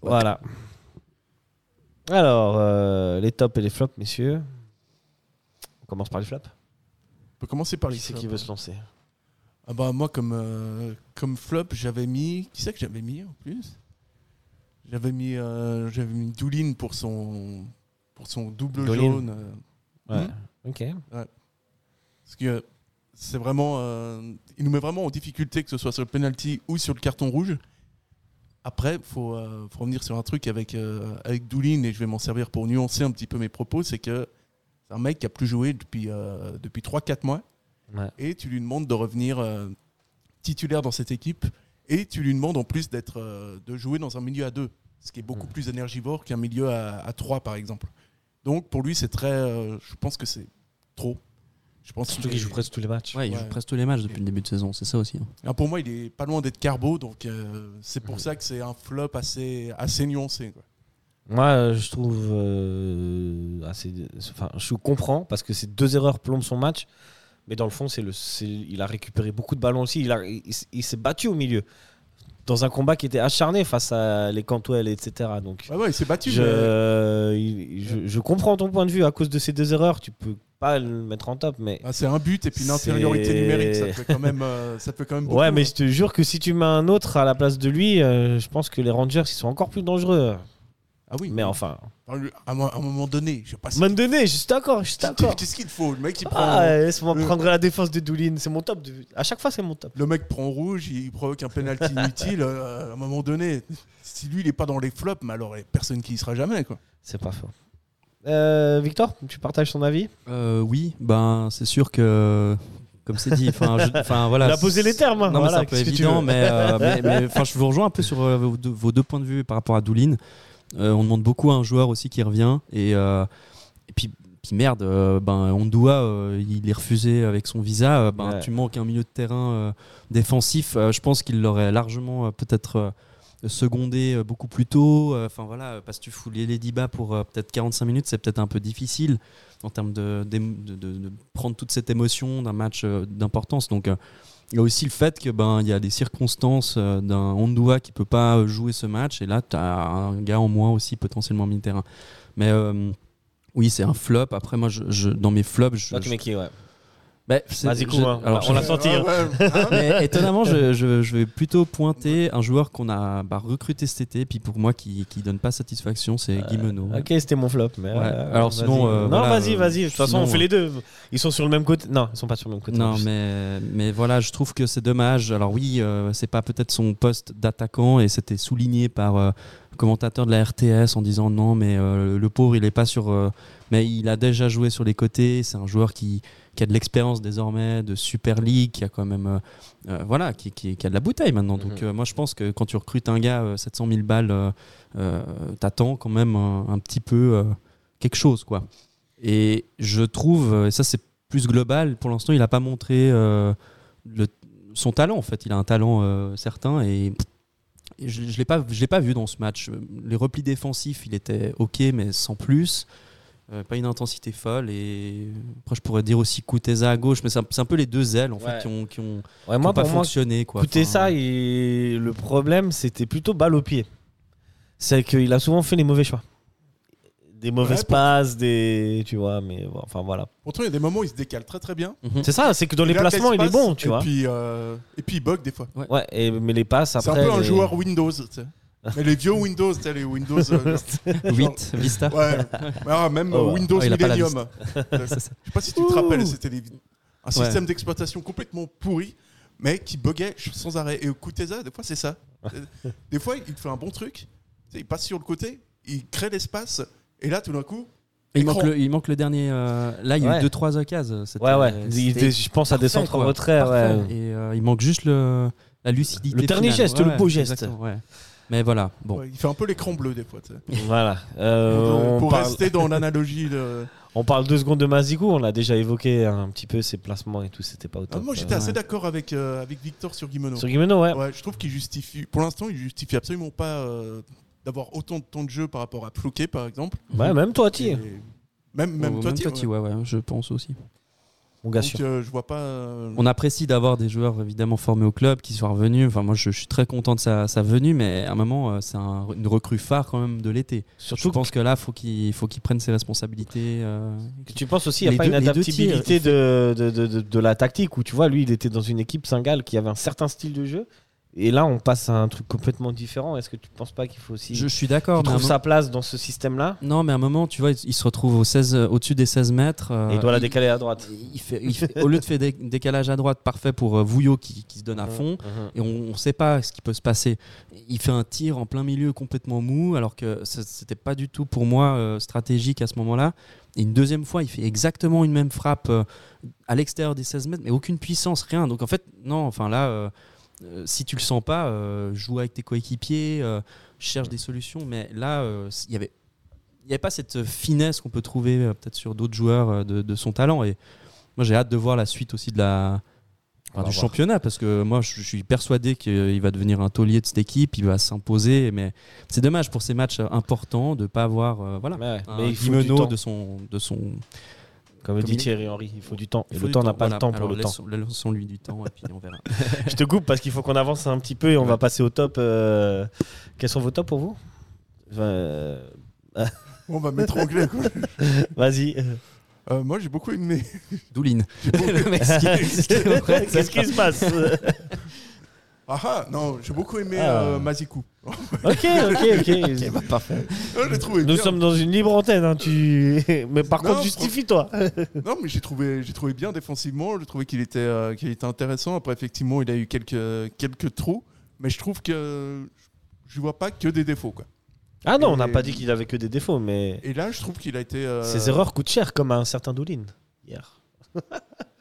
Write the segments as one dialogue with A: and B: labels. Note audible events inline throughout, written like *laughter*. A: Voilà. Alors, euh, les tops et les flops, messieurs. On commence par les flops.
B: On peut commencer par les
A: Qui c'est
B: flops.
A: qui veut se lancer
B: Ah bah moi comme euh, comme flop j'avais mis qui c'est que j'avais mis en plus j'avais mis euh, j'avais mis Doulin pour son pour son double
A: Doolin.
B: jaune euh,
A: Ouais.
B: Hmm
A: Ok.
B: parce que c'est vraiment euh, il nous met vraiment en difficulté que ce soit sur le penalty ou sur le carton rouge après faut euh, faut revenir sur un truc avec euh, avec Doulin et je vais m'en servir pour nuancer un petit peu mes propos c'est que c'est un mec qui a plus joué depuis euh, depuis 3-4 mois
A: Ouais.
B: et tu lui demandes de revenir euh, titulaire dans cette équipe et tu lui demandes en plus d'être euh, de jouer dans un milieu à deux, ce qui est beaucoup plus énergivore qu'un milieu à, à trois par exemple. Donc pour lui c'est très, euh, je pense que c'est trop. Je pense
A: Surtout
B: qu'il
A: qu'ils jouent presque tous les matchs.
C: Ouais, il joue
B: Ouais.
C: presque tous les matchs depuis le début de saison, c'est ça aussi. hein.
B: Ah, pour moi il est pas loin d'être carbo, donc euh, c'est
A: Mhm.
B: pour ça que c'est un flop assez assez nuancé. quoi.
A: Moi, euh, je trouve. euh, assez, enfin, je comprends parce que ces deux erreurs plombent son match. Mais dans le fond, c'est le, c'est- il a récupéré beaucoup de ballons aussi. Il, a- il, s- il s'est battu au milieu. Dans un combat qui était acharné face à les Cantwell, etc. Donc,
B: Ouais ouais il s'est battu. mais- euh,
A: je, il- je, je comprends ton point de vue. À cause de ces deux erreurs, tu peux pas le mettre en top. Mais
B: Ah, c'est un but et puis une
A: C'est-
B: infériorité numérique, ça te fait quand même, euh, ça te fait quand même beaucoup.
A: ouais, mais
B: hein.
A: je te jure que si tu mets un autre à la place de lui, euh, je pense que les Rangers ils sont encore plus dangereux.
B: ah oui.
A: Mais enfin,
B: À un à un moment donné, je passe.
A: à un moment donné, je suis d'accord, je suis d'accord.
B: Qu'est-ce qu'il te faut Le mec il prend.
A: Ah, laisse-moi
B: le-
A: prendre la défense de Doulin, c'est mon top. de- À chaque fois, c'est mon top.
B: Le mec prend rouge, il provoque un penalty inutile. euh, à un moment donné, si lui, il n'est pas dans les flops, mais alors il y a personne qui y sera jamais. Quoi.
A: C'est pas faux. Euh, Victor, tu partages son avis
C: Euh, oui, ben c'est sûr que comme c'est dit, enfin je- enfin, voilà.
A: On a posé les termes, hein,
C: Non, mais
A: voilà,
C: c'est un
A: qu'est-ce
C: peu
A: que tu
C: évident,
A: veux
C: mais
A: *laughs*
C: euh, mais- mais, enfin je vous rejoins un peu sur euh, vos, deux, vos deux points de vue par rapport à Doulin. Euh, on demande beaucoup à un joueur aussi qui revient et euh, et puis puis merde, euh, ben Ondua, euh, il est refusé avec son visa. euh, ben
A: Ouais.
C: tu manques un milieu de terrain euh, défensif. euh, je pense qu'il l'aurait largement euh, peut-être. euh, secondé euh, beaucoup plus tôt, euh, enfin voilà, euh, parce que tu fous les Ladyba pour euh, peut-être 45 minutes, c'est peut-être un peu difficile en termes de, d'ém- de- de- de prendre toute cette émotion d'un match euh, d'importance. Donc euh, il y a aussi le fait que ben il y a des circonstances euh, d'un Ondua qui peut pas euh, jouer ce match et là tu as un gars en moins aussi potentiellement mis terrain. Mais euh, oui, c'est un flop. Après moi je, je- dans mes flops, je,
A: Toi, tu
C: je-
A: mets qui, ouais.
C: Bah, c'est-
A: Vas-y, coup,
C: je-
A: hein.
C: alors,
A: On
C: je-
A: l'a senti, hein.
B: ouais, hein.
A: *laughs*
C: mais étonnamment, je, je- je vais plutôt pointer un joueur qu'on a bah, recruté cet été, puis pour moi qui qui donne pas satisfaction, c'est
A: Euh,
C: Guimeno.
A: Ok, c'était mon flop. Mais
C: Ouais,
A: euh,
C: alors
A: vas-y.
C: sinon, euh,
A: non,
C: voilà,
A: vas-y,
C: euh,
A: vas-y. De toute façon,
C: sinon,
A: on fait
C: euh,
A: les deux. Ils sont sur le même côté. Non, ils sont pas sur le même côté.
C: Non,
A: en plus.
C: mais, mais voilà, je trouve que c'est dommage. Alors oui, euh, c'est pas peut-être son poste d'attaquant et c'était souligné par euh, le commentateur de la RTS en disant non, mais euh, le pauvre, il est pas sur. euh, mais il a déjà joué sur les côtés. C'est un joueur qui, qui a de l'expérience désormais de Super League, qui a quand même euh, euh, voilà, qui, qui- qui a de la bouteille maintenant. Donc
A: Mhm.
C: euh, moi, je pense que quand tu recrutes un gars euh, 700 000 balles, euh, euh, t'attends quand même un, un petit peu euh, quelque chose, quoi. Et je trouve, euh, et ça c'est plus global, pour l'instant il n'a pas montré euh, le- son talent en fait. Il a un talent euh, certain et, et je ne l'ai pas, je l'ai pas vu dans ce match. Les replis défensifs, il était ok mais sans plus. Euh, pas une intensité folle et après je pourrais dire aussi Kouteza à gauche mais c'est un, c'est un peu les deux ailes en
A: Ouais.
C: fait qui ont, qui ont, qui
A: Ouais,
C: ont
A: moi,
C: pas
A: pour moi,
C: fonctionné quoi.
A: Écoutez
C: Enfin,
A: ça, et le problème, c'était plutôt balle au pied. C'est qu'il a souvent fait les mauvais choix. Des mauvaises
B: Ouais, pour-
A: passes, des. Tu vois, mais bon, enfin voilà.
B: Pourtant, il y a des moments où il se décale très très bien.
C: mhm.
A: C'est ça, c'est que dans les
B: a de
A: placements, il est
B: l'espace,
A: bon, tu
B: et
A: vois.
B: Puis, euh, et puis il bug des fois.
A: Ouais, et- mais les passes
B: C'est un
A: après.
B: peu un
A: les-
B: joueur Windows. tu sais. Mais les vieux Windows, tu sais, les Windows. euh,
C: Vite, Vista.
B: ouais. Ah, même
A: Oh, ouais.
B: Windows
C: Oh, il a pas la
B: Millennium. *laughs* Je sais pas si tu te
A: Ouh.
B: rappelles, c'était des- un
C: Ouais.
B: système d'exploitation complètement pourri, mais qui buguait sans arrêt. Et Kuteza, des fois, c'est ça. Des fois, il te fait un bon truc, tu sais, il passe sur le côté, il crée l'espace, et là, tout d'un coup,
C: Il
B: Écran.
C: manque, le, il manque le dernier. euh, là, il y a
A: Ouais.
C: eu 2-3 occasions. C'était-
A: Ouais, ouais. Il
C: c'était
A: était- je pense à
C: parfait,
A: des centres en
C: quoi.
A: retrait.
C: parfait.
A: ouais.
C: Et euh, il manque juste le, la lucidité.
A: Le dernier
C: finale.
A: geste, le beau geste.
C: exactement, ouais. Mais voilà, bon.
B: ouais, il fait un peu l'écran bleu, des fois. tu sais.
A: Voilà. Euh, on,
B: pour
A: parle,
B: rester dans l'analogie. de-
A: on parle deux secondes de Mazikou, on l'a déjà évoqué un petit peu, ses placements et tout, c'était pas au
B: Ah,
A: top.
B: moi,
A: Euh,
B: j'étais assez
C: ouais.
B: d'accord avec, euh, avec Victor sur Guimeno.
A: Sur Guimeno, ouais.
B: Ouais, je trouve qu'il justifie, pour l'instant, il justifie absolument pas euh, d'avoir autant de temps de jeu par rapport à Plouquet, par exemple.
A: Ouais, même toi, Ti.
B: Et Même, même
C: Oh,
B: toi,
C: même
B: Thi-
C: Totti, ouais, ouais, je pense aussi.
A: Mon gars
B: Donc
A: sûr.
B: euh, je vois pas. euh,
C: On apprécie d'avoir des joueurs évidemment formés au club qui soient revenus. Enfin, moi, je, je suis très content de sa, sa venue, mais à un moment, euh, c'est un- une recrue phare quand même de l'été. euh, Je
A: Surtout
C: pense que là, faut qu'il faut qu'il prenne ses responsabilités. euh,
A: que tu penses aussi, il n'y
C: les
A: a pas
C: deux-
A: une
C: les deux tirs,
A: adaptabilité de, de, de, de- de la tactique où tu vois, lui, il était dans une équipe Singal qui avait un certain style de jeu. Et là, on passe à un truc complètement différent. Est-ce que tu penses pas qu'il faut aussi
C: je, je suis
A: qu'il
C: d'accord. mais à un
A: trouve sa place dans ce système-là
C: moment- Non, mais à un moment, tu vois, il, il se retrouve au 16, euh, au-dessus des 16 mètres. euh,
A: et il doit la décaler à droite
C: il fait- il fait- au lieu de faire des décalage à droite parfait pour euh, Vouillot qui, qui se donne à fond,
A: Mhm.
C: et on ne sait pas ce qui peut se passer. Il fait un tir en plein milieu complètement mou, alors que ce- c'était pas du tout pour moi euh, stratégique à ce moment-là. Et une deuxième fois, il fait exactement une même frappe euh, à l'extérieur des 16 mètres, mais aucune puissance, rien. Donc en fait, non, enfin là, euh, euh, si tu le sens pas, euh, joue avec tes coéquipiers, euh, cherche des solutions. Mais là, euh, s- il y avait il n'y avait pas cette finesse qu'on peut trouver euh, peut-être sur d'autres joueurs euh, de, de son talent. Et moi, j'ai hâte de voir la suite aussi de la,
A: On va
C: du
A: voir.
C: championnat parce que moi, je, je suis persuadé qu'il va devenir un taulier de cette équipe, il va s'imposer. Mais c'est dommage pour ces matchs euh, importants de ne pas avoir euh, voilà,
A: Ouais,
C: un
A: mais il faut du
C: Guimeno
A: temps.
C: de son, de son
A: Comme
C: Comme
A: dit
C: il-
A: Thierry Henry, il faut du temps. Et
C: faut
A: le
C: du
A: temps, on n'a pas
C: voilà.
A: le temps pour
C: Alors,
A: le temps.
C: laissons- Laissons-lui du temps et puis on *laughs* verra.
A: Je te coupe parce qu'il faut qu'on avance un petit peu et on
C: Ouais.
A: va passer au top. euh, Quels sont vos tops pour vous Euh,
B: On va mettre anglais. Quoi. *laughs*
A: Vas-y.
B: Euh, moi j'ai beaucoup aimé. *laughs*
C: Douline. *laughs* Le mec qui- qui est prêt,
A: Qu'est-ce qui se passe
B: Ah ah non, j'ai beaucoup aimé
A: Ah.
B: euh, Mazikou.
A: Ok, ok, ok.
B: Ah, *laughs* je l'ai trouvé.
A: Nous
B: bien.
A: sommes dans une libre antenne. hein, tu... *laughs* Mais par
B: Non,
A: contre, justifie-toi.
B: Non, mais j'ai trouvé, j'ai trouvé bien défensivement. J'ai trouvé qu'il était, euh, qu'il était intéressant. Après, effectivement, il a eu quelques, quelques trous, mais je trouve que je vois pas que des défauts. Quoi.
A: Ah non, on n'a
B: Et-
A: pas dit qu'il avait que des défauts, mais
B: Et là, je trouve qu'il a été. euh,
A: ses erreurs coûtent cher, comme à un certain Doulin hier.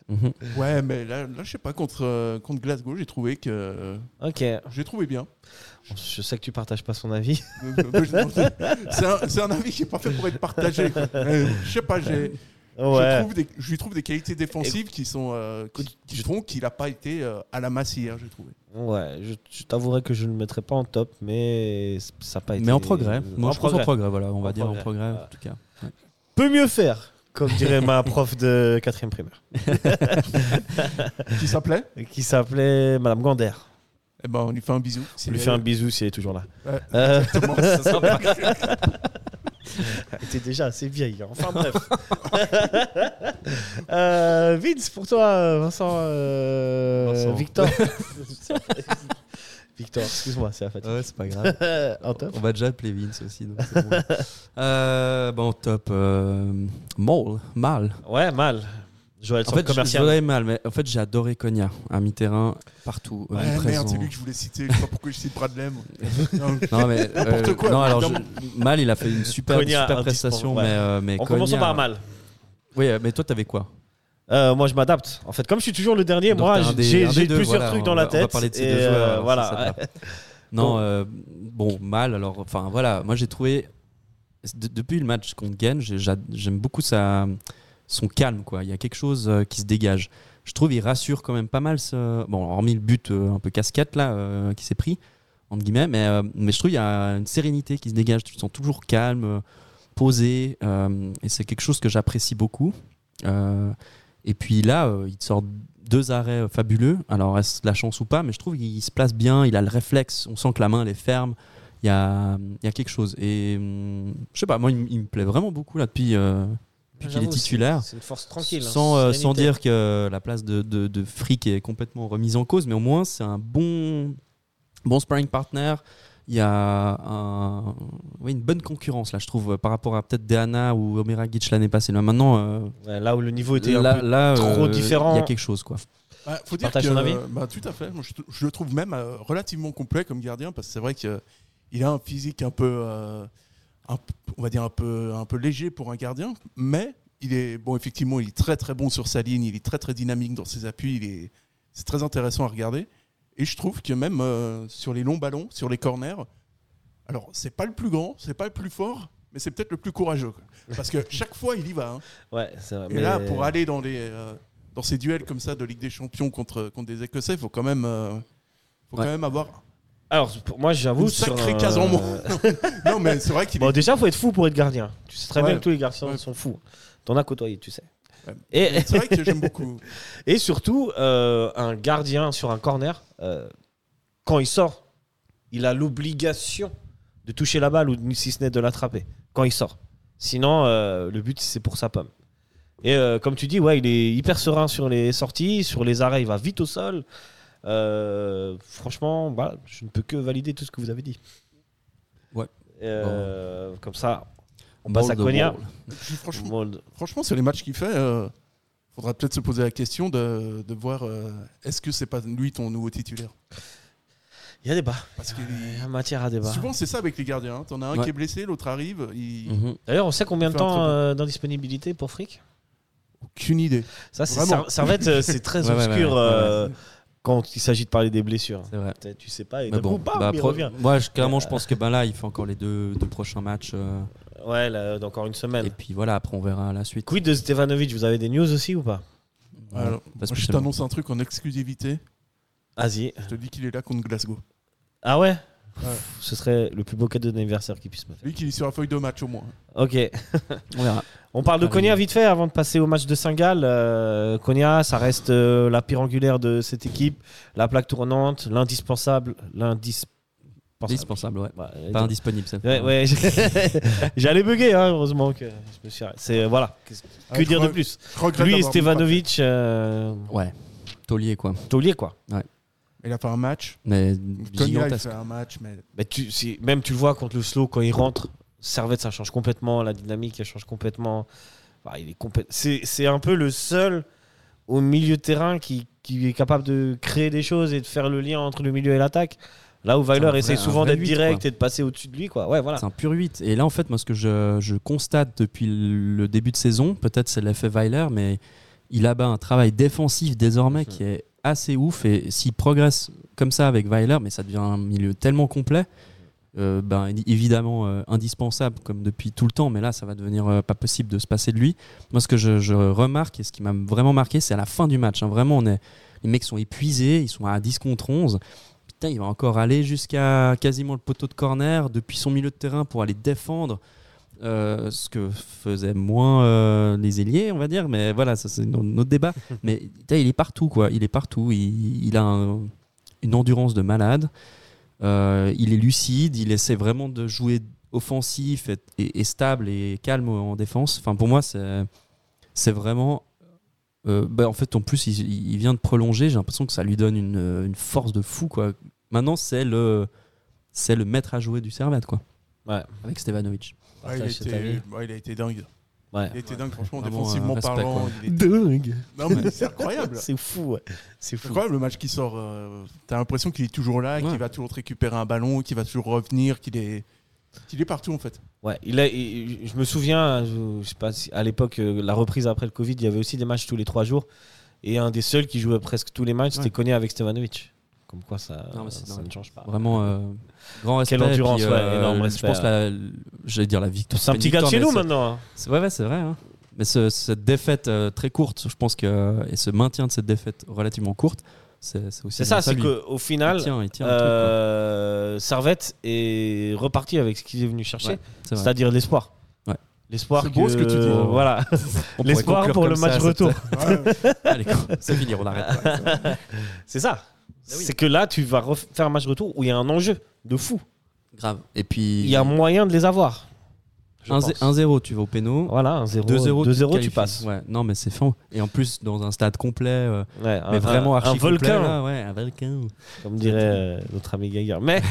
C: Mhm.
B: Ouais, mais là, là, je sais pas contre, euh, contre Glasgow, j'ai trouvé que euh,
A: Ok.
B: j'ai trouvé bien.
A: Je sais que tu partages pas son
C: *laughs*
A: avis.
B: Euh, euh, je- c'est, un, c'est un avis qui est pas fait pour être partagé. quoi. Euh, Je sais pas, j'ai, je,
A: Ouais.
B: trouve des- je lui trouve des qualités défensives qui sont euh, qui, qui font qu'il a pas été euh, à la masse hier, j'ai trouvé.
A: Ouais, je, je t'avouerai que je ne le mettrai pas en top, mais ça n'a pas été.
C: Mais en progrès.
A: En
C: Moi, je pense en
A: progrès.
C: progrès, voilà, on va
A: En
C: dire en
A: progrès,
C: progrès
A: voilà.
C: en tout cas.
A: Peut mieux faire, comme dirait ma prof de 4 primaire,
B: Qui s'appelait
A: qui s'appelait Madame Gander.
B: Eh ben, on lui fait un bisou.
A: On lui fait un bisou si elle est toujours là.
B: Ouais.
A: Euh,
B: Exactement,
A: *laughs*
B: ça sera pas-
A: elle était déjà assez vieille. hein. Enfin bref. *laughs* euh, Vince, pour toi, Vincent. euh,
C: Vincent.
A: Victor. *laughs* Victor, excuse-moi, c'est la fatigue. Euh,
C: Ouais, c'est pas grave.
A: en top.
C: On va déjà appeler Vince aussi. Donc c'est bon. *laughs* Euh, bon, top. Euh, Maul, mal.
A: Ouais, mal. Joël,
C: En
A: sur
C: fait, je- je
A: commercial.
C: l'avais mal, mais en fait, j'ai adoré Cogna à mi-terrain, partout.
B: Ouais,
C: euh, présent.
B: merde, c'est lui que je voulais citer. Je sais pas pourquoi je cite Bradley. moi.
A: *laughs*
B: Non,
C: Non, mais. euh,
B: N'importe quoi,
C: non, alors, je-
B: évidemment.
C: mal, il a fait une super,
A: Cogna,
C: super
A: indispensable,
C: prestation,
A: ouais.
C: mais, euh, mais
A: En
C: Cogna-
A: commençant par mal.
C: Oui, euh, mais toi, t'avais quoi
A: Euh, moi, je m'adapte. En fait, comme je suis toujours le dernier,
C: Donc,
A: moi,
C: t'as un des-
A: j'ai
C: un des
A: j'ai
C: deux,
A: plusieurs
C: voilà,
A: trucs
C: on
A: dans
C: va-
A: la tête.
C: On va parler de ces
A: et,
C: deux
A: euh,
C: joueurs. alors,
A: voilà.
C: ça, ça te va. Non, euh, bon, mal. Alors, enfin, voilà. Moi, j'ai trouvé de- depuis le match contre Gain, j'aime beaucoup sa, son calme. Quoi. Il y a quelque chose euh, qui se dégage. Je trouve il rassure quand même pas mal. Ce, bon, hormis le but euh, un peu casquette là euh, qui s'est pris entre guillemets, mais, euh, mais je trouve il y a une sérénité qui se dégage. Tu te sens toujours calme, euh, posé, euh, et c'est quelque chose que j'apprécie beaucoup. Euh, et puis là, euh, il te sort deux arrêts euh, fabuleux. Alors, est-ce la chance ou pas Mais je trouve qu'il se place bien, il a le réflexe, on sent que la main, elle est ferme. Il y a, il y a quelque chose. Et hum, je sais pas, moi, il, m- il me plaît vraiment beaucoup là depuis, euh, depuis qu'il est
A: J'avoue, c'est-
C: titulaire.
A: C'est une force tranquille. hein,
C: Sans, euh, sans
A: sérénité.
C: dire que la place de, de, de Frick est complètement remise en cause, mais au moins c'est un bon, bon sparring partner. Il y a un- oui, une bonne concurrence là, je trouve, par rapport à peut-être Deana ou Omera Gitch l'année passée. Là, maintenant, euh,
A: Ouais, là où le niveau était un
C: là,
A: peu.
C: là,
A: trop
C: euh,
A: différent.
C: Il y a quelque chose quoi.
B: Bah, faut dire
A: partages
B: que,
A: ton avis
B: bah, tout à fait. Moi, je, je le trouve même euh, relativement complet comme gardien parce que c'est vrai que euh, il a un physique un peu, euh, un p- on va dire un peu, un peu léger pour un gardien, mais il est bon. Effectivement, il est très très bon sur sa ligne. Il est très très dynamique dans ses appuis. Il est, c'est très intéressant à regarder. Et je trouve que même euh, sur les longs ballons, sur les corners, alors c'est pas le plus grand, c'est pas le plus fort, mais c'est peut-être le plus courageux. quoi. Parce que chaque fois, il y va. hein.
A: Ouais, c'est vrai.
B: Et
A: mais-
B: là, pour aller dans, les, euh, dans ces duels comme ça de Ligue des Champions contre, contre des Écossais, il faut quand même, euh, faut
C: Ouais.
B: quand même avoir
A: Alors, pour moi, j'avoue.
B: une
A: sur
B: sacrée
A: un-
B: case en moins. *laughs* non, mais c'est vrai
A: *laughs*
B: qu'il
A: Bon,
B: est...
A: déjà, faut être fou pour être gardien. Tu sais très
B: Ouais.
A: bien que tous les garçons
B: Ouais.
A: sont fous. T'en as côtoyé, tu sais. Et,
B: C'est vrai que j'aime beaucoup.
A: et surtout, euh, un gardien sur un corner, euh, quand il sort, il a l'obligation de toucher la balle ou de- si ce n'est de l'attraper quand il sort. Sinon, euh, le but, c'est pour sa pomme. Et euh, comme tu dis, ouais, il est hyper serein sur les sorties, sur les arrêts, il va vite au sol. Euh, franchement, bah, je ne peux que valider tout ce que vous avez dit.
C: Ouais.
A: Euh, Comme ça, on passe à
C: Ball de
A: Konya.
C: ball.
B: Puis franchement,
A: Ball de-
B: *laughs* franchement, sur les matchs qu'il fait, euh, faudra peut-être se poser la question de, de voir euh, est-ce que c'est pas lui ton nouveau titulaire
A: Il y a débat,
B: Parce que
A: il y a matière à débat.
B: souvent c'est ça avec les gardiens. hein. T'en as un
C: Ouais.
B: qui est blessé, l'autre arrive, il...
C: Mhm.
A: D'ailleurs, on sait combien de
B: Faire un très
A: temps
B: bon.
A: euh, d'indisponibilité pour Frick
B: aucune idée.
A: Ça, c'est
B: Vraiment.
A: Ser- Servette, euh, c'est très
C: *laughs* Ouais, ouais,
A: obscur
C: ouais, ouais,
A: euh, quand il s'agit de parler des blessures.
C: C'est vrai.
A: Peut-être, Tu sais pas, et
C: Mais
A: d'un
C: bon,
A: coup, bam,
C: bah,
A: il
C: pro-
A: revient.
C: moi, je- clairement, je pense que ben là, il fait encore les deux, deux prochains matchs. euh,
A: Ouais, là, dans encore une semaine.
C: et puis voilà, après, on verra la suite.
A: Quid de Stevanovic, vous avez des news aussi ou pas
C: Voilà,
B: Alors,
C: pas
B: moi, je
C: spécialement.
B: t'annonce un truc en exclusivité.
A: Vas-y.
B: Je te dis qu'il est là contre Glasgow.
A: Ah ouais
B: Ouais.
A: Ce serait le plus beau cadeau d'anniversaire qu'il puisse me faire.
B: Lui qui est sur la feuille de match au moins.
A: Ok.
C: On verra.
A: On parle de
C: Arrivé.
A: Konya vite fait avant de passer au match de Saint-Gall. Euh, Konya, ça reste euh, la pierre angulaire de cette équipe, la plaque tournante, l'indispensable, l'indispensable. Bah,
C: Indispensable, ouais.
A: Ouais,
C: Pas indisponible, ça.
A: Ouais, ouais, *laughs* j'allais bugger, hein, heureusement que je me suis arrêté. C'est voilà. Qu'est-ce-
B: Ah,
A: que
B: je
A: dire de
B: crois-
A: plus
B: je regrette
A: Lui et
B: d'avoir mis
A: Stevanovic, euh,
C: Ouais. Taulier, quoi.
A: taulier quoi.
B: Pape. Il a fait un match.
C: Mais
B: Konya, il
C: gigantesque.
B: fait un match, mais
A: Bah, tu, si- même tu le vois contre le slow quand il rentre, Servette ça change complètement, la dynamique elle change complètement. Bah, il est complè- c'est c'est un peu le seul au milieu de terrain qui, qui est capable de créer des choses et de faire le lien entre le milieu et l'attaque. Là où
C: C'est un
A: Weiler
C: vrai-
A: essaie
C: un
A: souvent
C: vrai
A: d'être
C: huit,
A: direct
C: quoi.
A: et de passer au-dessus de lui quoi. Ouais voilà.
C: C'est un pur 8. Et là, en fait, moi, ce que je, je constate depuis le début de saison, peut-être c'est l'effet Weiler, mais il a ben, un travail défensif désormais qui est assez ouf. Et s'il progresse comme ça avec Weiler, mais ça devient un milieu tellement complet, euh, ben, il- évidemment euh, indispensable comme depuis tout le temps, mais là, ça va devenir euh, pas possible de se passer de lui. Moi, ce que je, je remarque et ce qui m'a vraiment marqué, c'est à la fin du match. hein. Vraiment, on est, les mecs sont épuisés, ils sont à 10 contre 11. Putain, il va encore aller jusqu'à quasiment le poteau de corner depuis son milieu de terrain pour aller défendre. euh, ce que faisaient moins euh, les ailiers, on va dire, mais voilà, ça c'est un autre débat. mais putain, il est partout, quoi. Il est partout. Il, il a un- une endurance de malade. Euh, il est lucide. Il essaie vraiment de jouer offensif et, et- et stable et calme en défense. Enfin, pour moi, c'est c'est vraiment. euh, bah, en fait, en plus, il, il vient de prolonger. J'ai l'impression que ça lui donne une, euh, une force de fou. Quoi. Maintenant, c'est le, c'est le maître à jouer du Servette, quoi.
A: Ouais.
C: Avec Stevanovic.
B: ouais, Ah, il, a
A: Partage cet avis.
B: été, ouais, il a été dingue.
A: Ouais.
B: Il a été dingue, franchement,
C: Vraiment,
B: défensivement
C: euh, respect,
B: parlant.
C: quoi.
B: il est-
A: Dingue.
B: Non, mais
A: *laughs*
B: c'est incroyable.
A: C'est fou. ouais. C'est
B: C'est
A: fou.
B: incroyable le match qui sort. euh, T'as l'impression qu'il est toujours là,
C: Ouais.
B: qu'il va toujours te récupérer un ballon, qu'il va toujours revenir, qu'il est, qu'il est partout en fait.
A: Ouais, il a, il- je me souviens, je, je sais pas si- à l'époque, euh, la reprise après le Covid, il y avait aussi des matchs tous les trois jours. Et un des seuls qui jouait presque tous les matchs, c'était
B: Ouais.
A: Koné avec Stevanovic. Comme quoi, ça,
C: Non, mais c'est
A: ça
C: dingue.
A: ne change pas.
C: Vraiment, euh, grand respect.
A: Quelle
C: Et puis,
A: endurance, ouais,
C: euh,
A: énorme
C: Je
A: respect,
C: pense la, j'allais dire la victoire.
A: C'est un
C: pas une
A: petit gars de
C: victoire,
A: chez
C: mais
A: nous
C: c'est-
A: maintenant. hein.
C: c'est- Ouais, ouais, c'est vrai. hein. Mais ce- cette défaite euh, très courte, je pense que et ce maintien de cette défaite relativement courte, c'est c'est aussi
A: C'est
C: grâce
A: ça,
C: à
A: c'est
C: lui.
A: qu'au final,
C: Il tient, il tient le truc, quoi.
A: euh, Servette est reparti avec ce qu'il est venu chercher,
C: Ouais, c'est vrai.
A: c'est-à-dire l'espoir.
C: Ouais.
A: L'espoir
B: C'est beau ce que tu dis.
A: Voilà,
C: On
A: *laughs*
C: pourrait
A: l'espoir
C: conclure
A: pour le
C: comme ça,
A: match
C: cette-
A: retour.
B: *laughs*
C: Allez, *laughs* c'est fini, on arrête.
A: *laughs* C'est ça.
C: Ben oui.
A: C'est que là, tu vas refaire un match retour où il y a un enjeu de fou.
C: Grave. Et puis,
A: Il y a moyen de les avoir. je
C: un
A: pense.
C: zé- 1-0, tu vas au péno.
A: Voilà, un 0 2-0,
C: 2-0,
A: tu
C: qualifies.
A: passes.
C: Ouais, non, mais c'est fin. Et en plus, dans un stade complet, euh,
A: Ouais, un-
C: mais vraiment
A: un,
C: archi
A: un volcan,
C: Complet, là, ouais, un volcan.
A: comme dirait euh, notre ami Gaillard. Mais